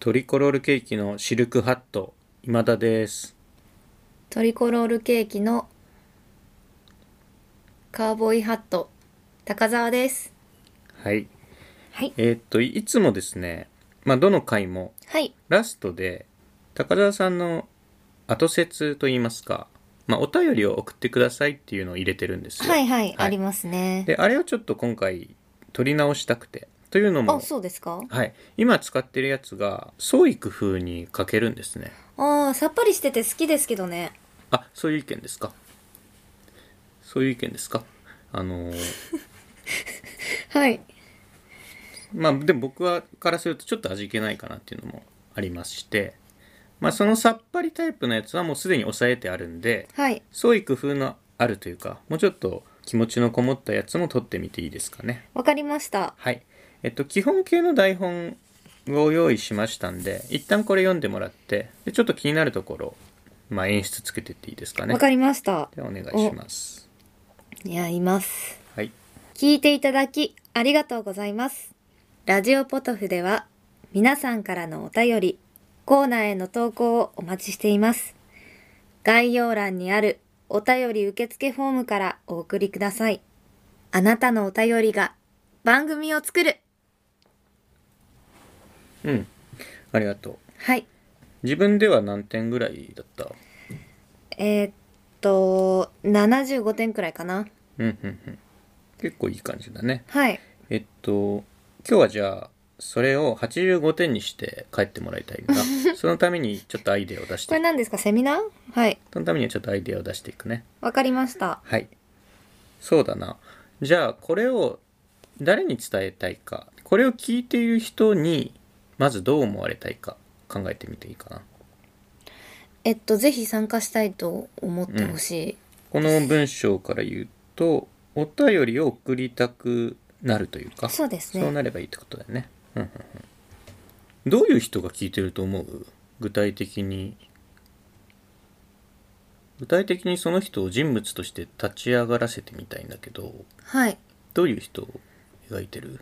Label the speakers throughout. Speaker 1: トリコロールケーキのシルクハット、今田です。
Speaker 2: トリコロールケーキのカーボーイハット高澤です
Speaker 1: はい。
Speaker 2: はい
Speaker 1: えーっと、いつもですね、まあ、どの回も、
Speaker 2: はい
Speaker 1: ラストで、高田さんの後説といいますか、まあ、お便りを送ってくださいっていうのを入れてるんですよ。
Speaker 2: はいはい、ありますね
Speaker 1: で、あれをちょっと今回、取り直したくて。というの
Speaker 2: あ
Speaker 1: も、
Speaker 2: そうですか
Speaker 1: はい。今使ってるやつが、創意工夫に欠けるんですね。
Speaker 2: あーさっぱりしてて好きですけどね
Speaker 1: あ、そういう意見ですかそういう意見ですかあのー、
Speaker 2: はい
Speaker 1: まあでも僕はからするとちょっと味気ないかなっていうのもありまして、まあ、そのさっぱりタイプのやつはもうすでに抑えてあるんで
Speaker 2: はい
Speaker 1: 創意工夫のあるというかもうちょっと気持ちのこもったやつも取ってみていいですかね
Speaker 2: わかりました
Speaker 1: はいえっと基本形の台本を用意しましたんで一旦これ読んでもらってでちょっと気になるところ、まあ、演出つけてっていいですか
Speaker 2: わ、
Speaker 1: ね
Speaker 2: かりました
Speaker 1: ではお願いします
Speaker 2: いやいます
Speaker 1: はい
Speaker 2: 聞いていただきありがとうございます。ラジオポトフでは皆さんからのお便り、コーナーへの投稿をお待ちしています。概要欄にあるお便り受付フォームからお送りください。あなたのお便りが番組を作る
Speaker 1: うんありがとう
Speaker 2: はい。
Speaker 1: 自分では何点ぐらいだった
Speaker 2: えーっと、75点くらいかな。
Speaker 1: うんうんうん結構いい感じだね
Speaker 2: はい。
Speaker 1: えっと今日はじゃあそれを85点にして帰ってもらいたいんだ そのためにちょっとアイデアを出し
Speaker 2: こ
Speaker 1: て
Speaker 2: れ何ですかセミナーはい。
Speaker 1: そのためにはちょっとアイデアを出していくね
Speaker 2: わかりました。
Speaker 1: はいそうだなじゃあこれを誰に伝えたいかこれを聞いている人にまずどう思われたいか考えてみていいかな
Speaker 2: えっと、ぜひ参加したいと思ってほしい。
Speaker 1: この文章から言うとお便りを送りたくなるというか
Speaker 2: そうですね。
Speaker 1: そうなればいいってことだよね。うんうんうんどういう人が聞いてると思う具体的に。具体的にその人を人物として立ち上がらせてみたいんだけど、
Speaker 2: はい。
Speaker 1: どういう人を描いてる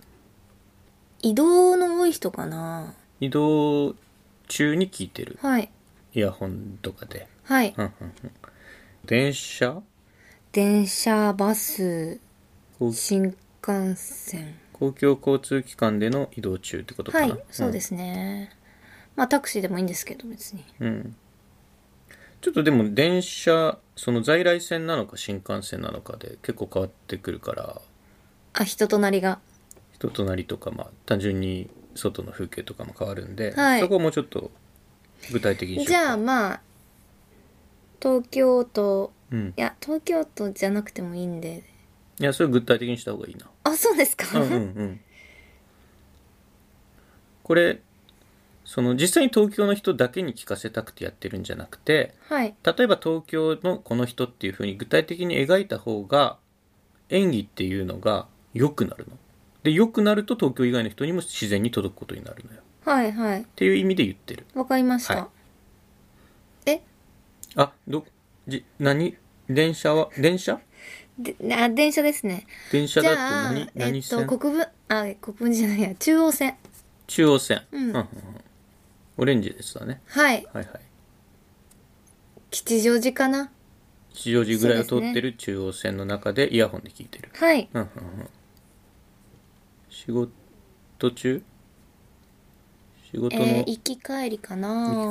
Speaker 2: 移動の多い人かな
Speaker 1: 移動中に聞いてる。
Speaker 2: はい
Speaker 1: イヤホンとかで。
Speaker 2: はい
Speaker 1: うんうんうん電車
Speaker 2: 電車バス
Speaker 1: 公
Speaker 2: 新幹線
Speaker 1: 公共交通機関での移動中ってことか
Speaker 2: は
Speaker 1: な。。
Speaker 2: いそうですすね、まあタクシーでもいいんですけど別に
Speaker 1: うん。ちょっとでも電車、その在来線なのか新幹線なのかで結構変わってくるから、
Speaker 2: あ人となりが
Speaker 1: 人となりとか、まあ単純に外の風景とかも変わるんで、
Speaker 2: はい
Speaker 1: そこをもうちょっと具体的にし
Speaker 2: じ
Speaker 1: よう
Speaker 2: ゃあ
Speaker 1: か
Speaker 2: まあ東京都
Speaker 1: うん。
Speaker 2: いや東京都じゃなくてもいいんで
Speaker 1: いや、それ具体的にした方がいいな。
Speaker 2: あそうですか、
Speaker 1: うんうんうん。これ、その実際に東京の人だけに聞かせたくてやってるんじゃなくて、
Speaker 2: はい
Speaker 1: 例えば東京のこの人っていう風に具体的に描いた方が演技っていうのが良くなるの。で良くなると東京以外の人にも自然に届くことになるのよ。っ
Speaker 2: はいはい
Speaker 1: ていう意味で言ってる。
Speaker 2: わかりました、
Speaker 1: は
Speaker 2: え
Speaker 1: あどじ何電車は電車
Speaker 2: であ電車ですね
Speaker 1: 電車
Speaker 2: じ
Speaker 1: だと
Speaker 2: ゃあ
Speaker 1: 何
Speaker 2: え
Speaker 1: 何
Speaker 2: っ
Speaker 1: 線、
Speaker 2: と国分あ国分じゃないや中央線
Speaker 1: 中央線、
Speaker 2: うん
Speaker 1: オレンジですだね。
Speaker 2: はい
Speaker 1: はいはい。
Speaker 2: 吉祥寺かな
Speaker 1: 吉祥寺ぐらいを通
Speaker 2: そうです
Speaker 1: っ
Speaker 2: ね
Speaker 1: てる中央線の中でイヤホンで聞いてる。
Speaker 2: はい
Speaker 1: うんうんうん仕事中仕事の、
Speaker 2: えー、行き帰りかな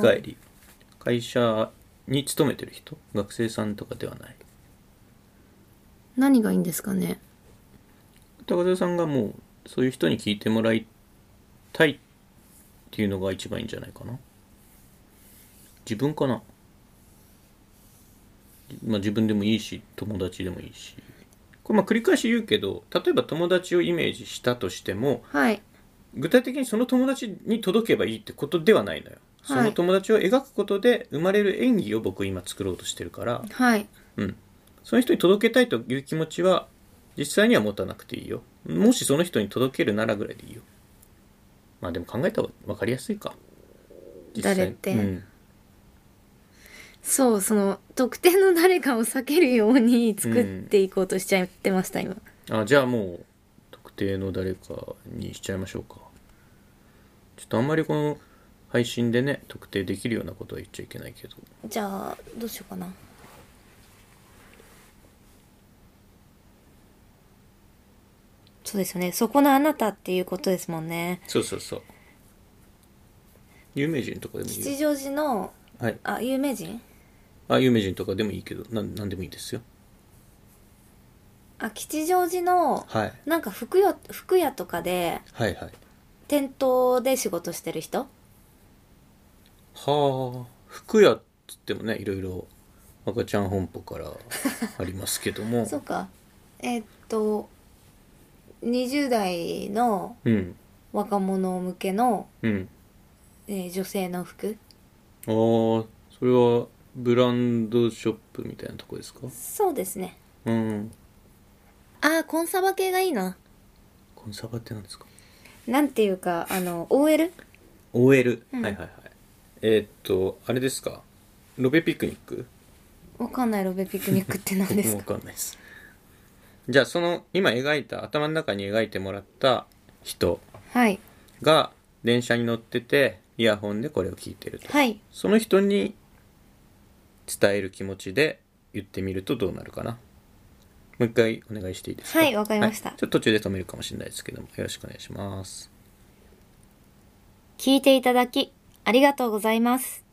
Speaker 1: 行き帰り会社に勤めてる人学生さんとかではない
Speaker 2: 何がいいんですかね
Speaker 1: 高田さんがもうそういう人に聞いてもらいたいっていうのが一番いいんじゃないかな自分かなまあ自分でもいいし友達でもいいしこれまあ繰り返し言うけど例えば友達をイメージしたとしても
Speaker 2: はい
Speaker 1: 具体的にその友達に届けばいいってことではないのよ、
Speaker 2: はい
Speaker 1: その友達を描くことで生まれる演技を僕今作ろうとしてるから
Speaker 2: はい
Speaker 1: うん、その人に届けたいという気持ちは実際には持たなくていいよもしその人に届けるならぐらいでいいよまあでも考えた方が分かりやすいか実際
Speaker 2: 誰って
Speaker 1: うん、
Speaker 2: そうその特定の誰かを避けるように作っていこうとしちゃってました、今
Speaker 1: あじゃあもう特定の誰かにしちゃいましょうかちょっとあんまりこの配信でね特定できるようなことは言っちゃいけないけど
Speaker 2: じゃあどうしようかなそうですよねそこのあなたっていうことですもんね
Speaker 1: そうそうそう有名人とかでもいい
Speaker 2: 吉
Speaker 1: よ
Speaker 2: 祥寺の
Speaker 1: はい
Speaker 2: あ有名人
Speaker 1: あ有名人とかでもいいけどなんなんでもいいですよ
Speaker 2: あ吉祥寺の
Speaker 1: はい
Speaker 2: なんか服屋服屋とかで
Speaker 1: はいはい
Speaker 2: 店頭で仕事してる人
Speaker 1: はあ服屋っつってもねいろいろ赤ちゃん本舗 からありますけども
Speaker 2: そうかえーっと20代の
Speaker 1: うん
Speaker 2: 若者向けの、
Speaker 1: うん
Speaker 2: えー女性の服
Speaker 1: ああそれはブランドショップみたいなとこですか
Speaker 2: そうですね
Speaker 1: うん
Speaker 2: あーコンサバ系がいいな
Speaker 1: コンサバって何ですか
Speaker 2: なんていうかあの OL?
Speaker 1: OL、
Speaker 2: うん
Speaker 1: はいはいはいえーっとあれですかロベピクニック
Speaker 2: わかんないロベピクニックって何で
Speaker 1: 僕
Speaker 2: す
Speaker 1: もわ
Speaker 2: か
Speaker 1: かんないですじゃあその今描いた頭の中に描いてもらった人
Speaker 2: はい
Speaker 1: が電車に乗っててイヤホンでこれを聞いてると、
Speaker 2: はい
Speaker 1: その人に伝える気持ちで言ってみるとどうなるかなもう一回お願いしていいですか
Speaker 2: はいわかりました
Speaker 1: はいちょっと途中で止めるかもしれないですけどもよろしくお願いします
Speaker 2: 聞いていただき、ありがとうございます。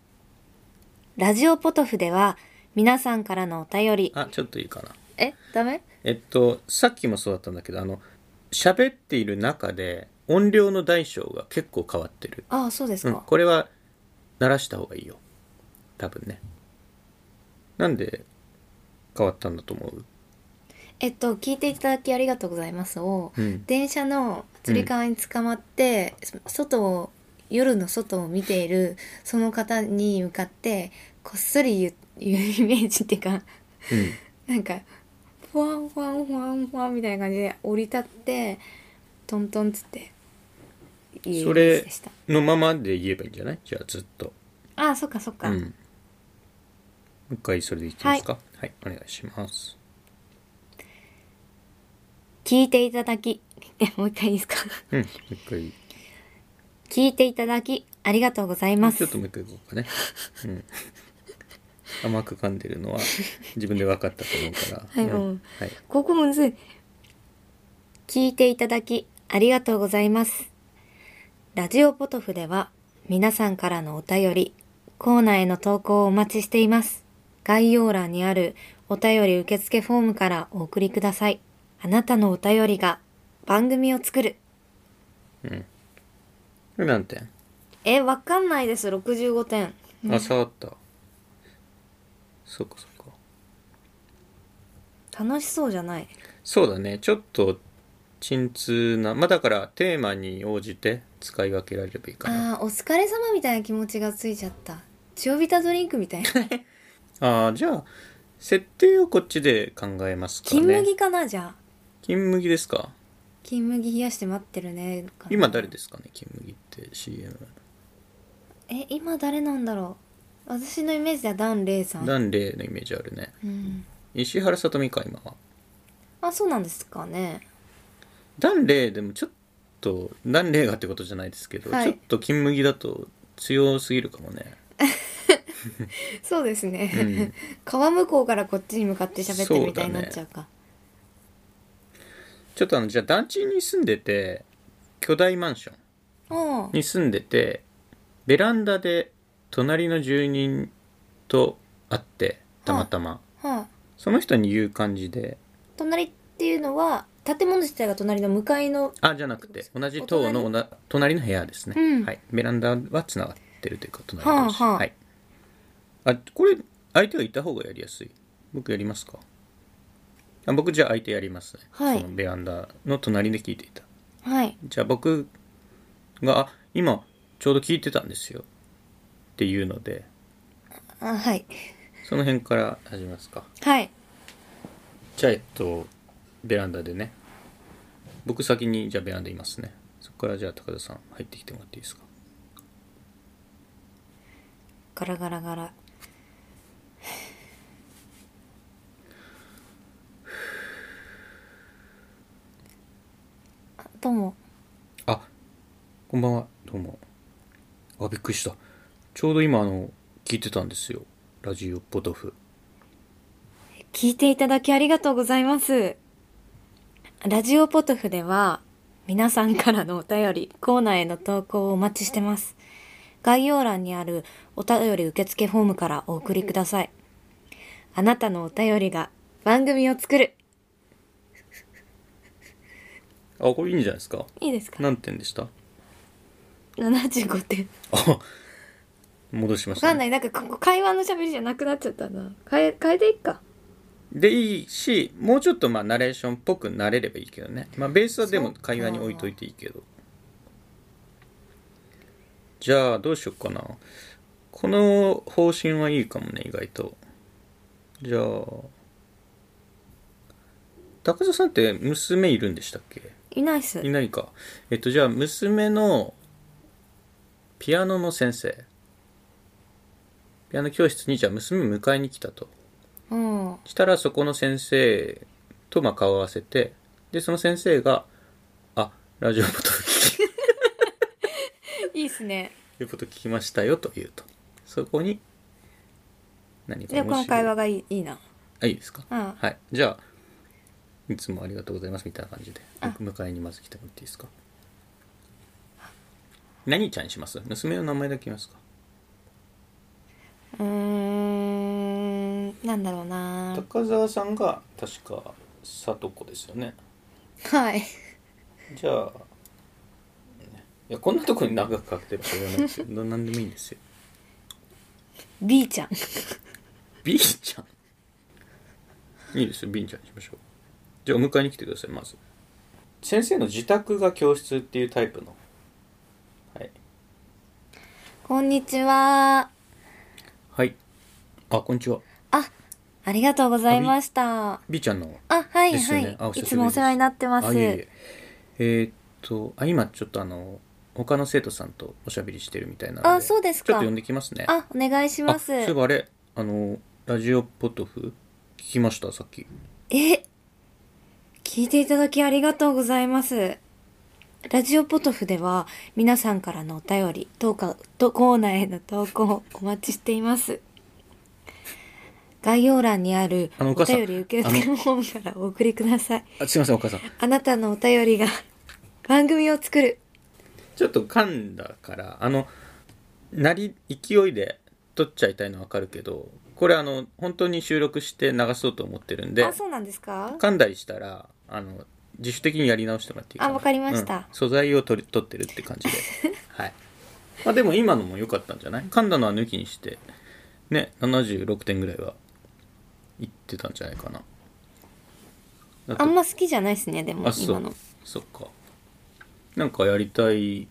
Speaker 2: ラジオポトフでは、皆さんからのお便り。
Speaker 1: あちょっといいかな
Speaker 2: え、ダメ
Speaker 1: えっとさっきもそうだったんだけどあの喋っている中で音量の大小が結構変わってる、
Speaker 2: ああ、そうです
Speaker 1: うん、
Speaker 2: か。
Speaker 1: これは鳴らした方がいいよ多分ねなんで変わったんだと思う
Speaker 2: えっと、聞いていただきありがとうございますを、
Speaker 1: うん
Speaker 2: 電車のつり革に捕まって、そ外を、夜の外を見ている、その方に向かって、こっそり言う、言うイメージっていうか、
Speaker 1: うん
Speaker 2: なんか、ふわんふわんふわんふわんみたいな感じで降り立って、トントンっつって、言うイメ
Speaker 1: そ
Speaker 2: ージ
Speaker 1: れ
Speaker 2: でした。
Speaker 1: のままで言えばいいんじゃないじゃあずっと
Speaker 2: ああ、そっかそっか。
Speaker 1: うんもう一回それでいきますかはい、お願いします
Speaker 2: 聞いていただき、えもう一回いいですか
Speaker 1: うんもう一回
Speaker 2: 聞いていただき、ありがとうございま
Speaker 1: ちょ
Speaker 2: す
Speaker 1: っ。ともう一回いこうかね。うん。甘く噛んでるのは自分で分かったと思うから。
Speaker 2: はい
Speaker 1: うん
Speaker 2: うん
Speaker 1: はい。
Speaker 2: ここむずい。聞いていただき、ありがとうございます。ラジオポトフでは、皆さんからのお便り、コーナーへの投稿をお待ちしています。概要欄にあるお便り受付フォームからお送りください。あなたのお便りが番組を作る。
Speaker 1: これ何点
Speaker 2: え、わかんないです。65点。
Speaker 1: あ、下がった。そうかそうか。
Speaker 2: 楽しそうじゃない。
Speaker 1: そうだね。ちょっと鎮痛な。まあだからテーマに応じて使い分けられればいいかな。
Speaker 2: ああーお疲れ様みたいな気持ちがついちゃった塩ビタドリンクみたい な
Speaker 1: ああ、じゃあ、設定をこっちで考えますかね。
Speaker 2: 金麦かなじゃあ
Speaker 1: 金麦ですか
Speaker 2: 金麦冷やして待ってるねかな
Speaker 1: 今誰ですかね金麦って CM。
Speaker 2: え今誰なんだろう私のイメージではダン・レイさん
Speaker 1: ダンレイのイメージあるね。
Speaker 2: うん、
Speaker 1: 石原さとみか、今は。
Speaker 2: あそうなんですかね
Speaker 1: ダンレイでもちょっとダンレイがってことじゃないですけど、
Speaker 2: はい
Speaker 1: ちょっと金麦だと強すぎるかもね、
Speaker 2: そうですね、
Speaker 1: うん、
Speaker 2: 川向こうからこっちに向かって喋ってるみたいになっちゃうか
Speaker 1: ちょっとあのじゃあ団地に住んでて巨大マンション
Speaker 2: おう
Speaker 1: に住んでてベランダで隣の住人と会ってたまたま、
Speaker 2: はい
Speaker 1: その人に言う感じで
Speaker 2: 隣っていうのは建物自体が隣の向かいの
Speaker 1: あじゃなくて同じ棟のおな隣の部屋ですね、
Speaker 2: うん
Speaker 1: はい、ベランダはつながってるというか隣同士
Speaker 2: はあはあ
Speaker 1: はい、あこれ相手がいた方がやりやすい僕やりますかあ僕じゃあ相手やりますね、
Speaker 2: はい
Speaker 1: そのベランダの隣で聞いていた
Speaker 2: はい
Speaker 1: じゃあ僕があ今ちょうど聞いてたんですよっていうので
Speaker 2: あはい
Speaker 1: その辺から始めますか
Speaker 2: はい
Speaker 1: じゃあえっとベランダでね僕先にじゃあベランダいますねそこからじゃあ高田さん入ってきてもらっていいですか
Speaker 2: ガラガラガ ラあどうも
Speaker 1: あこんばんはどうもあ、びっくりした。ちょうど今、あの、聞いてたんですよ。ラジオポトフ。
Speaker 2: 聞いていただきありがとうございます。ラジオポトフでは皆さんからのお便り、コーナーへの投稿をお待ちしてます。概要欄にあるお便り受付フォームからお送りください。あなたのお便りが番組を作る。
Speaker 1: あ、これいいんじゃないですか。
Speaker 2: いいですか
Speaker 1: 何点でした
Speaker 2: 75点。
Speaker 1: あ、戻しま
Speaker 2: わ
Speaker 1: し
Speaker 2: か
Speaker 1: た、
Speaker 2: んな
Speaker 1: ね。
Speaker 2: い。なんかここ会話の喋りじゃなくなっちゃったな。変え、変えていっか。
Speaker 1: で、いいし、もうちょっと、まあ、ナレーションっぽくなれればいいけどね。まあ、ベースはで
Speaker 2: そ
Speaker 1: も
Speaker 2: っか
Speaker 1: 会話に置いといていいけど。じゃあ、どうしよっかな。この方針はいいかもね、意外と。じゃあ、高田さんって娘いるんでしたっけ
Speaker 2: いないっす
Speaker 1: い。ないか。えっと、じゃあ、娘のピアノの先生。ピアノ教室に、じゃあ、娘迎えに来たと。
Speaker 2: うん。
Speaker 1: したら、そこの先生と、まあ、顔を合わせて、で、その先生が、あ、ラジオポトフ聞き、ラ
Speaker 2: いいっすね。
Speaker 1: ジオポトフ聞きましたよと言うと。そこに、何か
Speaker 2: で、
Speaker 1: 面白い
Speaker 2: この会話がいいいいな。
Speaker 1: あ、いいですか
Speaker 2: うん
Speaker 1: はい。じゃあ、いつもありがとうございますみたいな感じで、
Speaker 2: あ
Speaker 1: 迎えにまず来てもらっていいですか何ちゃんにします娘の名前だけ言いますか
Speaker 2: うーん、なんだろうな。
Speaker 1: 高澤さんが確か里子ですよね
Speaker 2: はい。
Speaker 1: じゃあいやこんなとこに長くかけてるしょうがないですよななんでもいいんですよ
Speaker 2: B ちゃん。
Speaker 1: B ちゃんいいですよ B ちゃんにしましょうじゃあお迎えに来てくださいまず先生の自宅が教室っていうタイプのはい
Speaker 2: こんにちは。
Speaker 1: はいあこんにちは
Speaker 2: あ、ありがとうございました。
Speaker 1: B ちゃんの
Speaker 2: あ、はい、
Speaker 1: です
Speaker 2: は
Speaker 1: よ
Speaker 2: い、
Speaker 1: ねあお久しぶり
Speaker 2: い
Speaker 1: です
Speaker 2: つもお世話になってます。
Speaker 1: あいえいええーっとあ今ちょっとあの他の生徒さんとおしゃべりしてるみたいなので
Speaker 2: あそうです
Speaker 1: ち
Speaker 2: か
Speaker 1: ょっと呼んできますね
Speaker 2: あ、お願いします。
Speaker 1: あそういえばあれあのラジオポトフ聞きましたさっき
Speaker 2: え、聞いていただきありがとうございます。ラジオポトフでは皆さんからのお便り、どうか、とコーナーへの投稿をお待ちしています。概要欄にある
Speaker 1: あのお
Speaker 2: お
Speaker 1: 母さん
Speaker 2: 便り受付
Speaker 1: あ
Speaker 2: フォームからお送りください。
Speaker 1: あすいませんお母さん
Speaker 2: あなたのお便りが番組を作る。
Speaker 1: ちょっと噛んだからあのなり勢いで撮っちゃいたいのはわかるけどこれあの本当に収録して流そうと思ってるんで
Speaker 2: あ、そうなんですか
Speaker 1: 噛んだりしたらあの自主的にやり直してもらっていいかな
Speaker 2: あわかりました
Speaker 1: うん素材を取り取ってるって感じで はいまあでも今のも良かったんじゃない噛んだのは抜きにしてね76点ぐらいはいってたんじゃないかなだって
Speaker 2: あんま好きじゃないですね、でも
Speaker 1: あそ
Speaker 2: 今
Speaker 1: う
Speaker 2: の。
Speaker 1: そっかなんかやりたい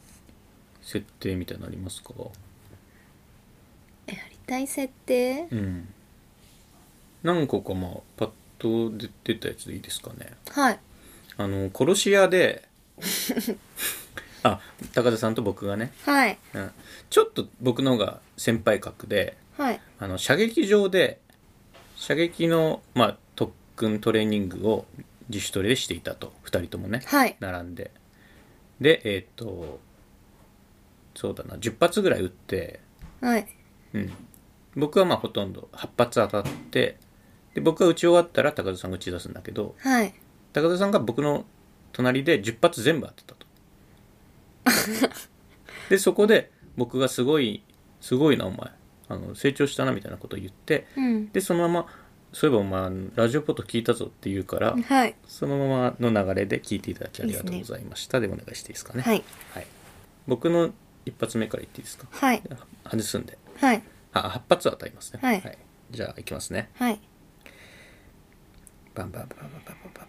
Speaker 1: 設定みたいなのありますか
Speaker 2: やりたい設定
Speaker 1: うん何個かまあパッと出てたやつでいいですかね
Speaker 2: はい。
Speaker 1: あの殺し屋 であ高田さんと僕がね、
Speaker 2: はい。
Speaker 1: うん、ちょっと僕の方が先輩格で
Speaker 2: はい。
Speaker 1: あの射撃場で射撃の、まあ、特訓トレーニングを自主トレでしていたと2人ともね
Speaker 2: はい。
Speaker 1: 並んででえーっとそうだな10発ぐらい撃って、
Speaker 2: はい。
Speaker 1: うん、僕はまあほとんど8発当たってで僕が撃ち終わったら高田さんが撃ち出すんだけど
Speaker 2: はい。
Speaker 1: 高田さんが僕の隣で10発全部当てたとでそこで僕がすごいすごいなお前あの成長したなみたいなことを言って
Speaker 2: うん。
Speaker 1: でそのままそういえばお前ラジオポット聞いたぞって言うから
Speaker 2: はい。
Speaker 1: そのままの流れで聞いていただきありがとうございましたで,、お願いしていいですかね
Speaker 2: はい。
Speaker 1: はい僕の一発目から言っていいですか
Speaker 2: はい。
Speaker 1: は外すんで
Speaker 2: はい。
Speaker 1: あ8発当たりますね
Speaker 2: はい
Speaker 1: じゃあいきますね
Speaker 2: はい。
Speaker 1: バンバンバンバンバンバンバンバンバン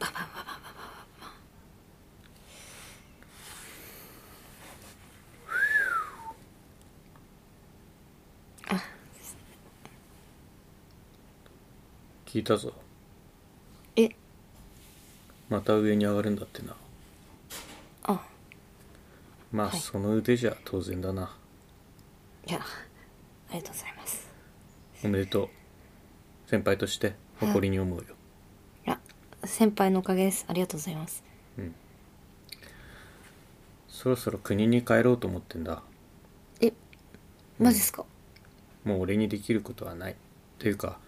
Speaker 2: ババババババババ。あ、
Speaker 1: 聞いたぞ
Speaker 2: え、
Speaker 1: また上に上がるんだってな
Speaker 2: あ、
Speaker 1: まあ、
Speaker 2: はい
Speaker 1: その腕じゃ当然だない
Speaker 2: や、ありがとうございます。
Speaker 1: おめでとう先輩として誇りに思うよ、
Speaker 2: いや、先輩のおかげです。ありがとうございます。
Speaker 1: うんそろそろ国に帰ろうと思ってんだ
Speaker 2: えマジっすか、
Speaker 1: もう俺にできることはないというか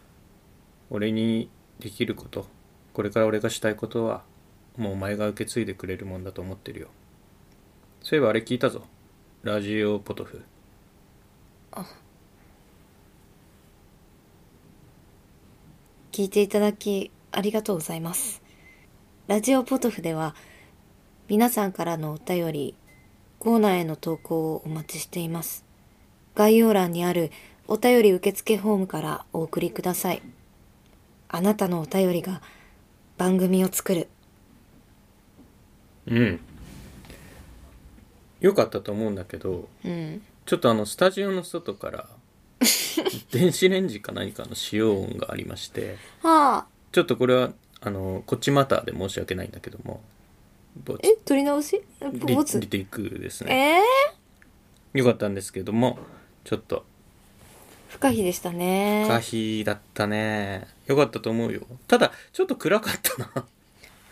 Speaker 1: 俺にできることこれから俺がしたいことはもうお前が受け継いでくれるもんだと思ってるよそういえばあれ聞いたぞラジオポトフ
Speaker 2: 聞いていただきありがとうございますラジオポトフでは皆さんからのお便りコーナーへの投稿をお待ちしています概要欄にあるお便り受付フォームからお送りくださいあなたのお便りが番組を作る
Speaker 1: うんよかったと思うんだけど
Speaker 2: うん
Speaker 1: ちょっとあのスタジオの外から 電子レンジか何かの使用音がありまして
Speaker 2: はあ
Speaker 1: ちょっとこれはあのこっちマターで申し訳ないんだけどもぼ
Speaker 2: え取り直し
Speaker 1: リ
Speaker 2: ボツ
Speaker 1: リテイクですね
Speaker 2: えー、
Speaker 1: よかったんですけどもちょっと
Speaker 2: 不可避でしたね
Speaker 1: 可否だったねよかったと思うよただちょっと暗かったな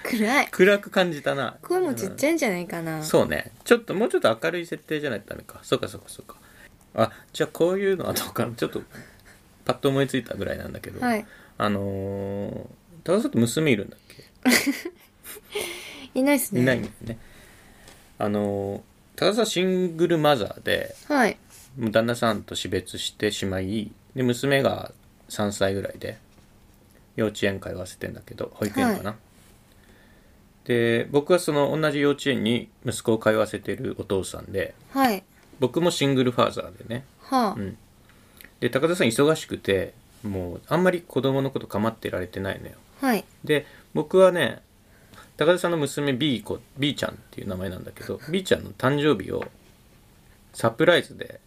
Speaker 2: 暗い
Speaker 1: 暗く感じたな
Speaker 2: 声もちっちゃいんじゃないかな、
Speaker 1: うんそうねちょっともうちょっと明るい設定じゃないとダメかそうかそうかそうかあじゃあこういうのはどうかなちょっとパッと思いついたぐらいなんだけど、
Speaker 2: はい
Speaker 1: あのー、高田さんって娘いるんだっけ
Speaker 2: いないっすね
Speaker 1: いないんだよねあのー、高田さんシングルマザーで
Speaker 2: はい
Speaker 1: もう旦那さんと死別してしまいで娘が3歳ぐらいで幼稚園通わせてんだけど保育園かな、で僕はその同じ幼稚園に息子を通わせてるお父さんで
Speaker 2: はい
Speaker 1: 僕もシングルファーザーでね
Speaker 2: はあ、
Speaker 1: うんで高田さん忙しくてもうあんまり子供のこと構ってられてないのよ
Speaker 2: はい
Speaker 1: で僕はね高田さんの娘 B 子 B ちゃんっていう名前なんだけど B ちゃんの誕生日をサプライズで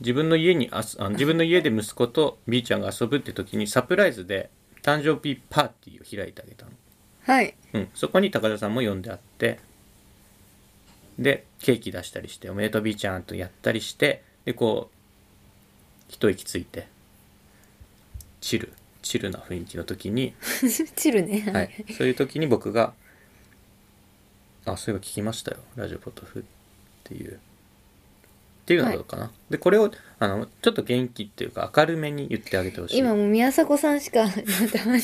Speaker 1: 自分の家にあすあ自分の家で息子と B ちゃんが遊ぶって時にサプライズで誕生日パーティーを開いてあげたの、
Speaker 2: はい
Speaker 1: うん、そこに高田さんも呼んであってでケーキ出したりして「おめでとう B ちゃん」とやったりしてでこう一息ついてチルチルな雰囲気の時に
Speaker 2: チるね。
Speaker 1: はい、そういう時に僕が「あそういえば聞きましたよラジオポトフ」っていうっていうのがどうかな、でこれをあのちょっと元気っていうか明るめに言ってあげてほしい
Speaker 2: 今もう宮迫さんしか たまに、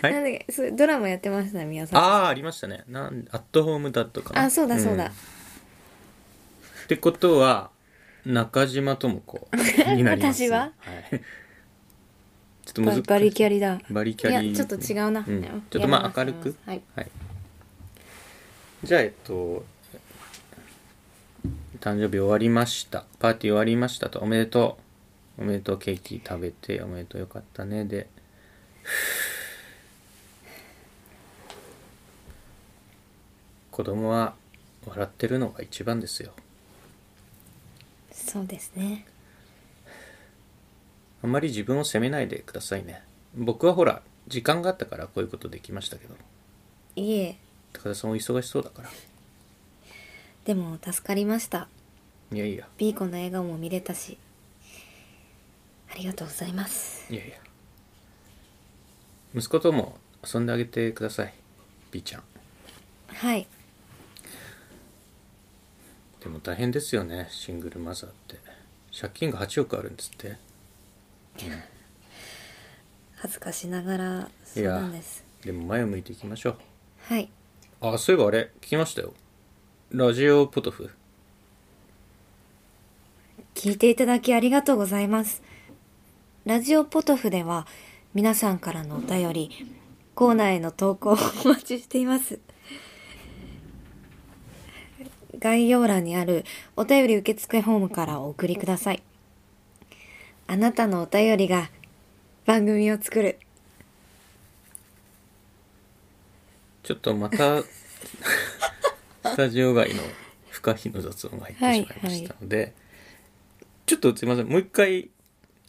Speaker 1: はい
Speaker 2: なんだっけそうドラマやってましたね宮迫あ
Speaker 1: ああーありましたねなんアットホームダットかな
Speaker 2: そうだそう
Speaker 1: ん
Speaker 2: だ、
Speaker 1: ってことは中島智子になります
Speaker 2: 私は、
Speaker 1: い、ちょっと
Speaker 2: バ
Speaker 1: 難し
Speaker 2: リ
Speaker 1: い
Speaker 2: バリキャリだ
Speaker 1: バリキ
Speaker 2: い
Speaker 1: ャ
Speaker 2: や
Speaker 1: リ
Speaker 2: ちょっと違うな、
Speaker 1: うん
Speaker 2: や
Speaker 1: ちょっとまあ
Speaker 2: やりす
Speaker 1: 明るく
Speaker 2: やります
Speaker 1: はい。じゃあ、えっと、誕生日終わりました。パーティー終わりましたと。おめでとう。おめでとう。ケーキ食べて、おめでとう。よかったね。で、子供は笑ってるのが一番ですよ。
Speaker 2: はいそうですね
Speaker 1: あんまり自分を責めないでくださいね。僕はほら、時間があったからこういうことできましたけど、
Speaker 2: いえ
Speaker 1: 高田さんお忙しそうだから。
Speaker 2: でも助かりました
Speaker 1: いやいや、
Speaker 2: ビーコの笑顔も見れたしありがとうございます
Speaker 1: いやいや息子とも遊んであげてください B ちゃん
Speaker 2: はい
Speaker 1: でも大変ですよねシングルマザーって借金が8億あるんですって
Speaker 2: 恥ずかしながらそうなんです
Speaker 1: でも前を向いていきましょ
Speaker 2: はい
Speaker 1: うんあそういえばあれ聞きましたよラジオポトフ
Speaker 2: 聞いていただきありがとうございます。ラジオポトフでは皆さんからのお便り、コーナーへの投稿をお待ちしています。概要欄にあるお便り受付フォームからお送りください。あなたのお便りが番組を作る。
Speaker 1: ちょっとまたスタジオ外の不可避の雑音が入ってしまいましたので、ちょっとすいませんもう一回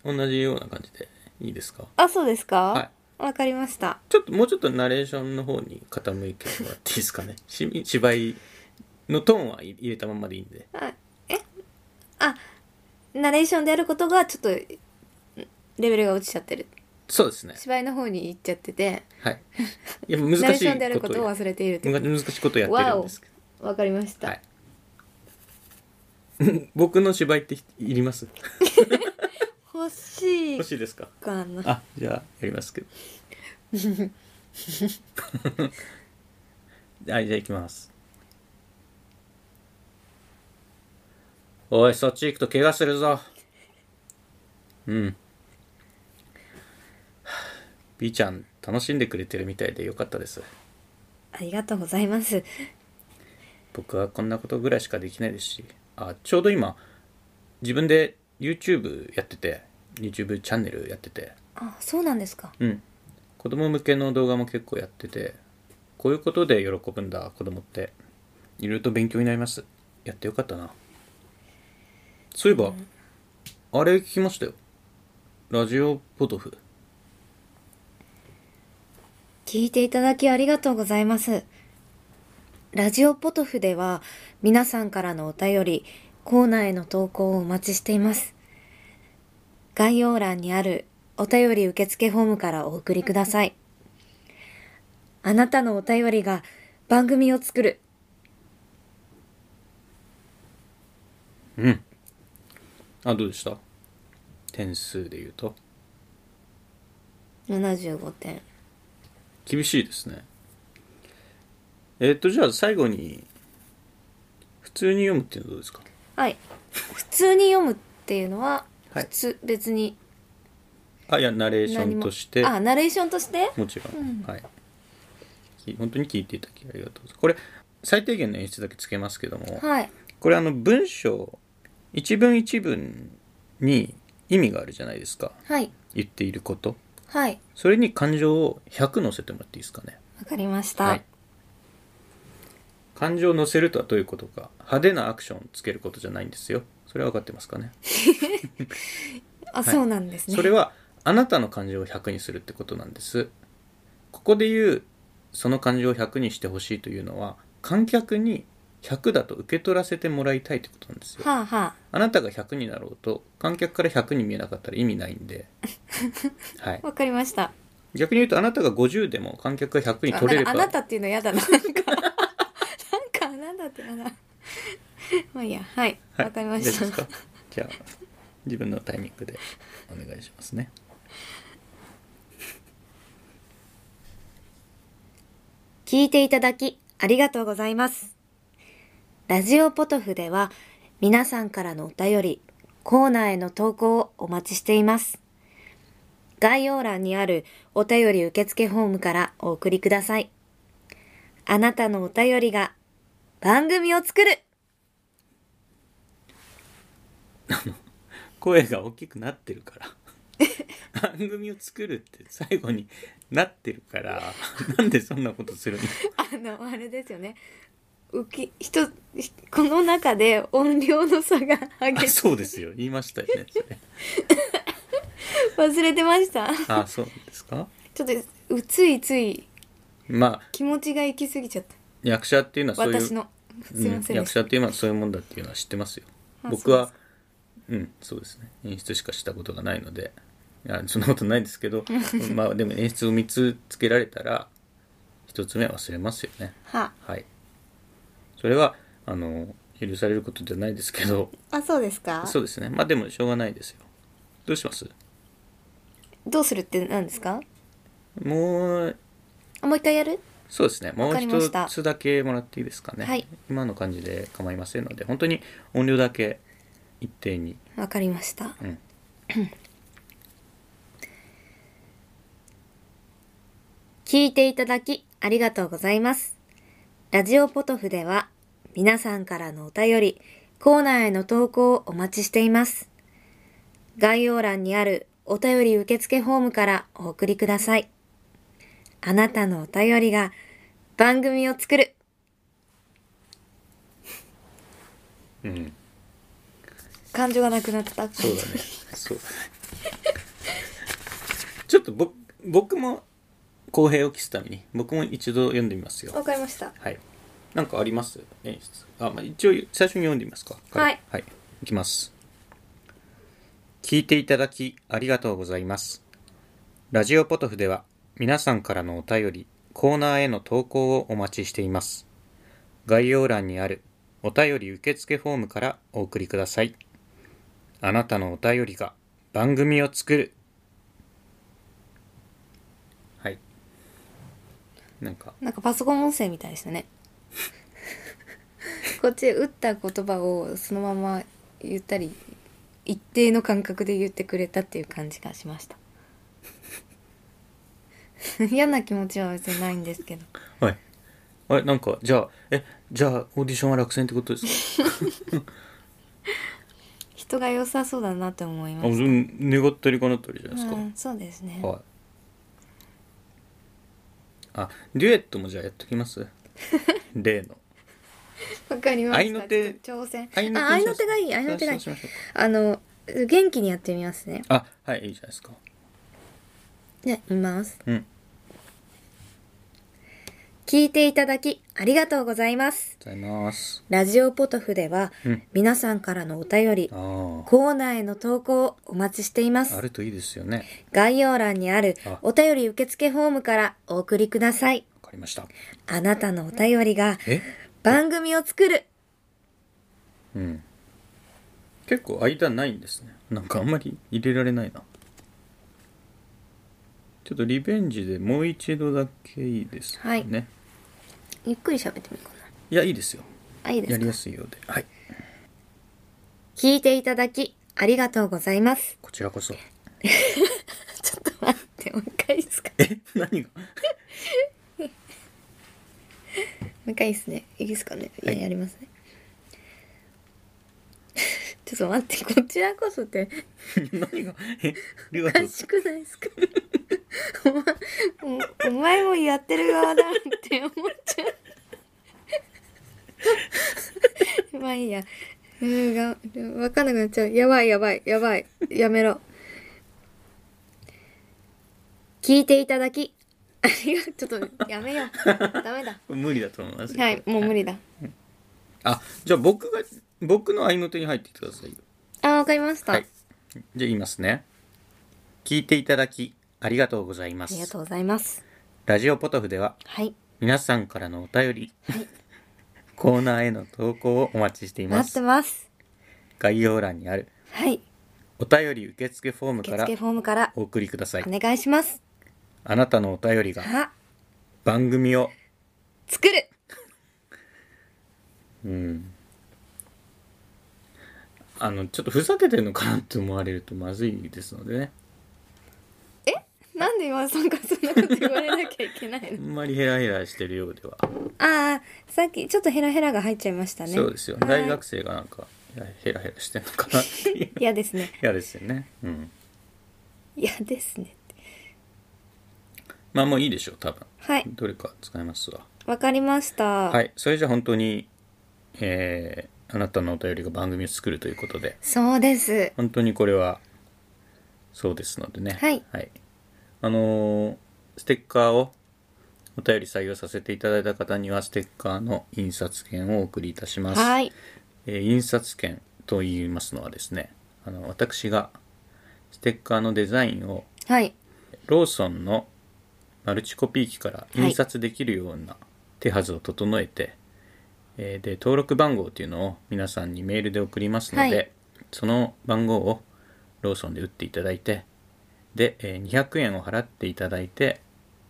Speaker 1: 同じような感じでいいですか
Speaker 2: あ、そうですか
Speaker 1: は
Speaker 2: わ、かりました。
Speaker 1: ちょっともうちょっとナレーションの方に傾いてもらっていいですか ね。し芝居のトーンは入れたままでいいんで。
Speaker 2: あえあ、ナレーションでやることがちょっとレベルが落ちちゃってる。
Speaker 1: そうですね。
Speaker 2: 芝居の方に行っちゃってて
Speaker 1: はい。いや難
Speaker 2: ナレー
Speaker 1: し
Speaker 2: ションであ
Speaker 1: い
Speaker 2: る
Speaker 1: こ
Speaker 2: ことと
Speaker 1: を
Speaker 2: を
Speaker 1: や
Speaker 2: 忘れていると
Speaker 1: 難しいことをやってるんですけ
Speaker 2: わかりまし
Speaker 1: ど。
Speaker 2: た、
Speaker 1: はい。 僕の芝居っていります
Speaker 2: 欲しい
Speaker 1: 欲しいですか
Speaker 2: かな
Speaker 1: あじゃあやりますけど はいじゃあいきますおいそっち行くと怪我するぞうんはぁ B ちゃん楽しんでくれてるみたいでよかったです
Speaker 2: ありがとうございます
Speaker 1: 僕はこんなことぐらいしかできないですしあちょうど今自分で YouTube やってて YouTube チャンネルやってて
Speaker 2: あそうなんですか
Speaker 1: うん子供向けの動画も結構やっててこういうことで喜ぶんだ子供っていろいろと勉強になりますやってよかったなそういえば、あれ聞きましたよラジオポトフ
Speaker 2: 聞いていただきありがとうございますラジオポトフでは皆さんからのお便りコーナーへの投稿をお待ちしています概要欄にあるお便り受付フォームからお送りくださいあなたのお便りが番組を作る
Speaker 1: うんあどうでした点数で言うと
Speaker 2: 75点
Speaker 1: 厳しいですねえっとじゃあ最後に普通に読むっていうのはどうですか
Speaker 2: はい普通に読むっていうのは
Speaker 1: はい
Speaker 2: 普通、別に
Speaker 1: あいやナレーショ
Speaker 2: 何
Speaker 1: ン
Speaker 2: も
Speaker 1: として
Speaker 2: あナレーションとして
Speaker 1: もちろん、
Speaker 2: うん
Speaker 1: はいき本当に聞いていただきありがとうございますこれ最低限の演出だけつけますけども
Speaker 2: はい
Speaker 1: これあの文章一文一文に意味があるじゃないですか
Speaker 2: はい
Speaker 1: 言っていること
Speaker 2: はい
Speaker 1: それに感情を100乗せてもらっていいですかね
Speaker 2: わかりました、
Speaker 1: はい、感情を乗せるとはどういうことか派手なアクションをつけることじゃないんですよそれは分かってますかね
Speaker 2: あ、そうなんですね
Speaker 1: それはあなたの感情を100にするってことなんですここで言うその感情を100にしてほしいというのは観客に100だと受け取らせてもらいたいってことなんですよ
Speaker 2: はあは
Speaker 1: あなたが100になろうと観客から100に見えなかったら意味ないん で、はい
Speaker 2: あ、、わかりました
Speaker 1: 逆に言うとあなたが50でも観客が100に
Speaker 2: あ
Speaker 1: 取れれば
Speaker 2: なんかあなたっていうの嫌だななんかなんかあな たって嫌だまあいいやはいわ、
Speaker 1: はい
Speaker 2: かりまし
Speaker 1: 大丈夫
Speaker 2: た
Speaker 1: ですかじゃあ自分のタイミングでお願いしますね
Speaker 2: 聞いていただきありがとうございますラジオポトフでは皆さんからのお便りコーナーへの投稿をお待ちしています概要欄にあるお便り受付フォームからお送りくださいあなたのお便りが番組を作る
Speaker 1: 声が大きくなってるから番組を作るって最後になってるからなんでそんなことするの
Speaker 2: あのあれですよね。浮き人ひこの中で音量の差が
Speaker 1: あ
Speaker 2: 激しい
Speaker 1: そうですよ言いましたよねそれ
Speaker 2: 忘れてました。
Speaker 1: あそうですか
Speaker 2: ちょっとうついつい
Speaker 1: まあ
Speaker 2: 気持ちが行き過ぎちゃった。
Speaker 1: 役者っていうのはそういう
Speaker 2: 私のすいませ
Speaker 1: うん
Speaker 2: んで
Speaker 1: 役
Speaker 2: した。
Speaker 1: 者っていうのはそういうもんだっていうのは知ってますよ
Speaker 2: あ
Speaker 1: 僕
Speaker 2: そ
Speaker 1: は
Speaker 2: う
Speaker 1: うんそうですね演出しかしたことがないのでいやそんなことないですけ どまあでも演出を3つつけられたら1つ目は忘れますよね
Speaker 2: は
Speaker 1: はいそれはあの許されることじゃないですけど
Speaker 2: あそうですか。
Speaker 1: そうですねまあでもしょうがないですよどうします
Speaker 2: どうするってなんですか。
Speaker 1: もう
Speaker 2: あもう一回やる。
Speaker 1: そうですねもう
Speaker 2: かりまし
Speaker 1: 一
Speaker 2: た
Speaker 1: つだけもらっていいですかね、
Speaker 2: はい
Speaker 1: 今の感じで構いませんので本当に音量だけ一定に
Speaker 2: わかりました。
Speaker 1: うん
Speaker 2: 聞いていただきありがとうございます。ラジオポトフでは皆さんからのお便り、コーナーへの投稿をお待ちしています。概要欄にあるお便り受付フォームからお送りください。あなたのお便りが番組を作る。
Speaker 1: うん
Speaker 2: 感情がなくなった。
Speaker 1: そうだね。そうだね。ちょっと僕僕も公平を期すために僕も一度読んでみますよ。
Speaker 2: わかりました。
Speaker 1: はい。なんかあります演出。あ、まあ、一応最初に読んでみますか。
Speaker 2: はい。
Speaker 1: はい。いきます。聞いていただきありがとうございます。ラジオポトフでは皆さんからのお便り、コーナーへの投稿をお待ちしています。概要欄にあるお便り受付フォームからお送りくださいあなたのお便りが番組を作るはいなんか
Speaker 2: なんかパソコン音声みたいでしたねこっちで打った言葉をそのまま言ったり一定の感覚で言ってくれたっていう感じがしました 嫌な気持ちは別にないんですけど
Speaker 1: はいあれなんかじゃあえじゃあオーディションは落選ってことですか
Speaker 2: 人が良さそうだなと思いま
Speaker 1: あ、
Speaker 2: す
Speaker 1: うん願ったりかなったりじゃないですか、
Speaker 2: うん、そうですね
Speaker 1: はいあデュエットもじゃあやっときます 例の
Speaker 2: わかりました
Speaker 1: 合いの手
Speaker 2: ちょっと挑戦
Speaker 1: 合いの手
Speaker 2: あ合いの手がいい合いの手がいい
Speaker 1: そうしましょうか
Speaker 2: あの元気にやってみますね
Speaker 1: あはいいいじゃないですか
Speaker 2: ね見ます
Speaker 1: うん
Speaker 2: 聞いていただきありがとうございます
Speaker 1: ございます
Speaker 2: ラジオポトフでは、
Speaker 1: うん
Speaker 2: 皆さんからのお便り
Speaker 1: あー
Speaker 2: コーナーへの投稿をお待ちしていま
Speaker 1: あ
Speaker 2: す
Speaker 1: るといいですよね
Speaker 2: 概要欄にある
Speaker 1: あ
Speaker 2: お便り受付フォームからお送りください
Speaker 1: わかりました
Speaker 2: あなたのお便りが
Speaker 1: え
Speaker 2: 番組を作る
Speaker 1: うん結構間ないんですねなんかあんまり入れられないなちょっとリベンジでもう一度だけいいですかね、い、
Speaker 2: ゆっくり喋ってみようかな
Speaker 1: やいいですよ
Speaker 2: あいいで
Speaker 1: や
Speaker 2: す
Speaker 1: り
Speaker 2: か
Speaker 1: やすいようではい
Speaker 2: 聞いていただきありがとうございます
Speaker 1: こちらこそ
Speaker 2: ちょっと待ってもう一回いいですか
Speaker 1: え 何が
Speaker 2: もう一回いいですね。いいですかね。いや、
Speaker 1: はい
Speaker 2: やりますね。 ちょっと待って、こちらこそって、
Speaker 1: 何が えり
Speaker 2: お
Speaker 1: がと
Speaker 2: か
Speaker 1: う
Speaker 2: しくないですかお前おお前もやってる側だって思っちゃう。まあいいや。うんが、わかんなくなっちゃう。やばいやばいやばい。やめろ。聞いていただき、ありがとう。ちょっと、やめよう。ダメだ。
Speaker 1: 無理だと思いますよ
Speaker 2: はい、もう無理だ。
Speaker 1: あじゃあ僕が僕の合いの手に入ってくださいよ
Speaker 2: あ、わかりました。
Speaker 1: はいじゃあ言いますね聞いていただきありがとうございま
Speaker 2: ありがと
Speaker 1: す
Speaker 2: うございます。
Speaker 1: ラジオポトフでは
Speaker 2: はい、
Speaker 1: 皆さんからのお便り、 コーナーへの投稿をお待ちしていま
Speaker 2: 待って
Speaker 1: す
Speaker 2: ます。
Speaker 1: 概要欄にある
Speaker 2: はい、
Speaker 1: お便り受付フォーム
Speaker 2: 受
Speaker 1: から
Speaker 2: 付フォームから
Speaker 1: お送りください
Speaker 2: お願いします。
Speaker 1: あなたのお便りが
Speaker 2: は、
Speaker 1: 番組を
Speaker 2: 作る。
Speaker 1: うんあのちょっとふざけてるのかなって思われるとまずいですのでね
Speaker 2: なんで今さんからそんなこと言われなきゃいけない
Speaker 1: あ
Speaker 2: の？
Speaker 1: んまりヘラヘラしてるようでは、
Speaker 2: ああ、さっきちょっとヘラヘラが入っちゃいましたね。
Speaker 1: そうですよ
Speaker 2: はい
Speaker 1: 大学生がなんかいやヘラヘラしてんのかなっていう
Speaker 2: 嫌ですね。
Speaker 1: 嫌ですよねうん
Speaker 2: 嫌ですね。
Speaker 1: まあもういいでしょう多分
Speaker 2: はい、
Speaker 1: どれか使いますわ
Speaker 2: わかりました。
Speaker 1: はいそれじゃあ本当にえーあなたのお便りが番組を作るということで
Speaker 2: そうです。
Speaker 1: 本当にこれはそうですのでね
Speaker 2: はい
Speaker 1: あのーステッカーをお便り採用させていただいた方にはステッカーの印刷券をお送りいたします、
Speaker 2: はい、
Speaker 1: えー印刷券と言いますのはですねあの私がステッカーのデザインを
Speaker 2: はい、
Speaker 1: ローソンのマルチコピー機から
Speaker 2: い
Speaker 1: 印刷できるような手はずを整えて、えーで登録番号っていうのを皆さんにメールで送りますので、
Speaker 2: はい
Speaker 1: その番号をローソンで打っていただいてで、えー200円を払っていただいて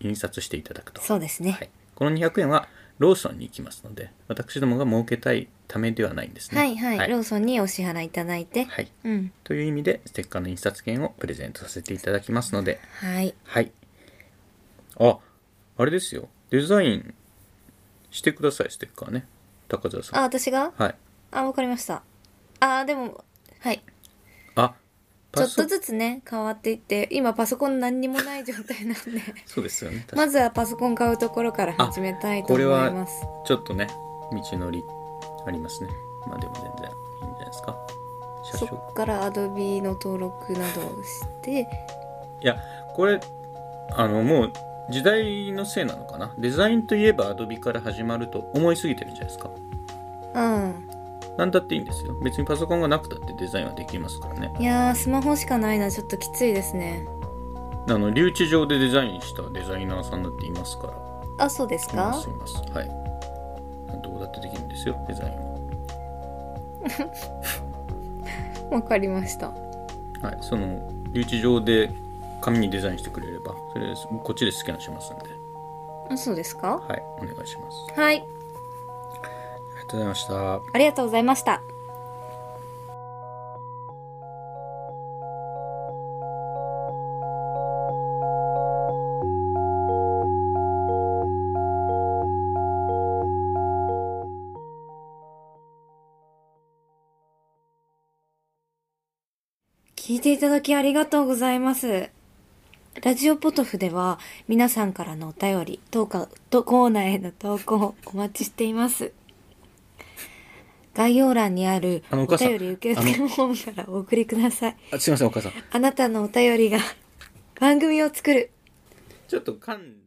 Speaker 1: 印刷していただくと、
Speaker 2: そうですね。
Speaker 1: はい、この200円はローソンに行きますので私どもが儲けたいためではないんですね
Speaker 2: はい、はい、
Speaker 1: はい
Speaker 2: ローソンにお支払いいただいて、
Speaker 1: はい
Speaker 2: うん、
Speaker 1: という意味でステッカーの印刷券をプレゼントさせていただきますので
Speaker 2: はい、
Speaker 1: はい。あ、あれですよ。デザインしてください、ステッカーね。高澤さ
Speaker 2: あ、
Speaker 1: ん。
Speaker 2: 私が、
Speaker 1: はい。
Speaker 2: あ、わかりました。あ、でも、はい。
Speaker 1: あ、
Speaker 2: ちょっと
Speaker 1: つ
Speaker 2: ずつね変わっていって今パソコン何にもない状 態なんで
Speaker 1: そうですよね。確か
Speaker 2: まずはパソコン買うところから始めたいと
Speaker 1: こ
Speaker 2: 思
Speaker 1: れ
Speaker 2: い
Speaker 1: は
Speaker 2: ます
Speaker 1: ちょっとね、道のりありますね。まあでも全然いいんじゃないですか。車掌。
Speaker 2: そこからアドビの登録などをして
Speaker 1: いや、これ、あの、もう、時代のせいなのかなデザインといえばアドビから始まると思いすぎてるんじゃないですか
Speaker 2: うん
Speaker 1: なんだっていいんですよ別にパソコンがなくたってデザインはできますからね
Speaker 2: いやースマホしかないなちょっときついですね
Speaker 1: あの留置場でデザインしたデザイナーさんだっていますから
Speaker 2: あそうです
Speaker 1: いま
Speaker 2: か
Speaker 1: すいますはいどうだってできるんですよデザインは
Speaker 2: わかりました
Speaker 1: はい、その留置場で紙にデザインしてくれればそれこっちでスキャンしますんで
Speaker 2: あそうですか
Speaker 1: はいお願いします
Speaker 2: はい
Speaker 1: ありがとうございました
Speaker 2: ありがとうございました聞いていただきありがとうございます。ラジオポトフでは皆さんからのお便り、どうか、とコーナーへの投稿をお待ちしています。概要欄にある
Speaker 1: あの
Speaker 2: お
Speaker 1: お母さん
Speaker 2: 便り受付フォームからお送りください。
Speaker 1: あすいませんお母さん
Speaker 2: あなたのお便りが番組を作る。
Speaker 1: ちょっと噛ん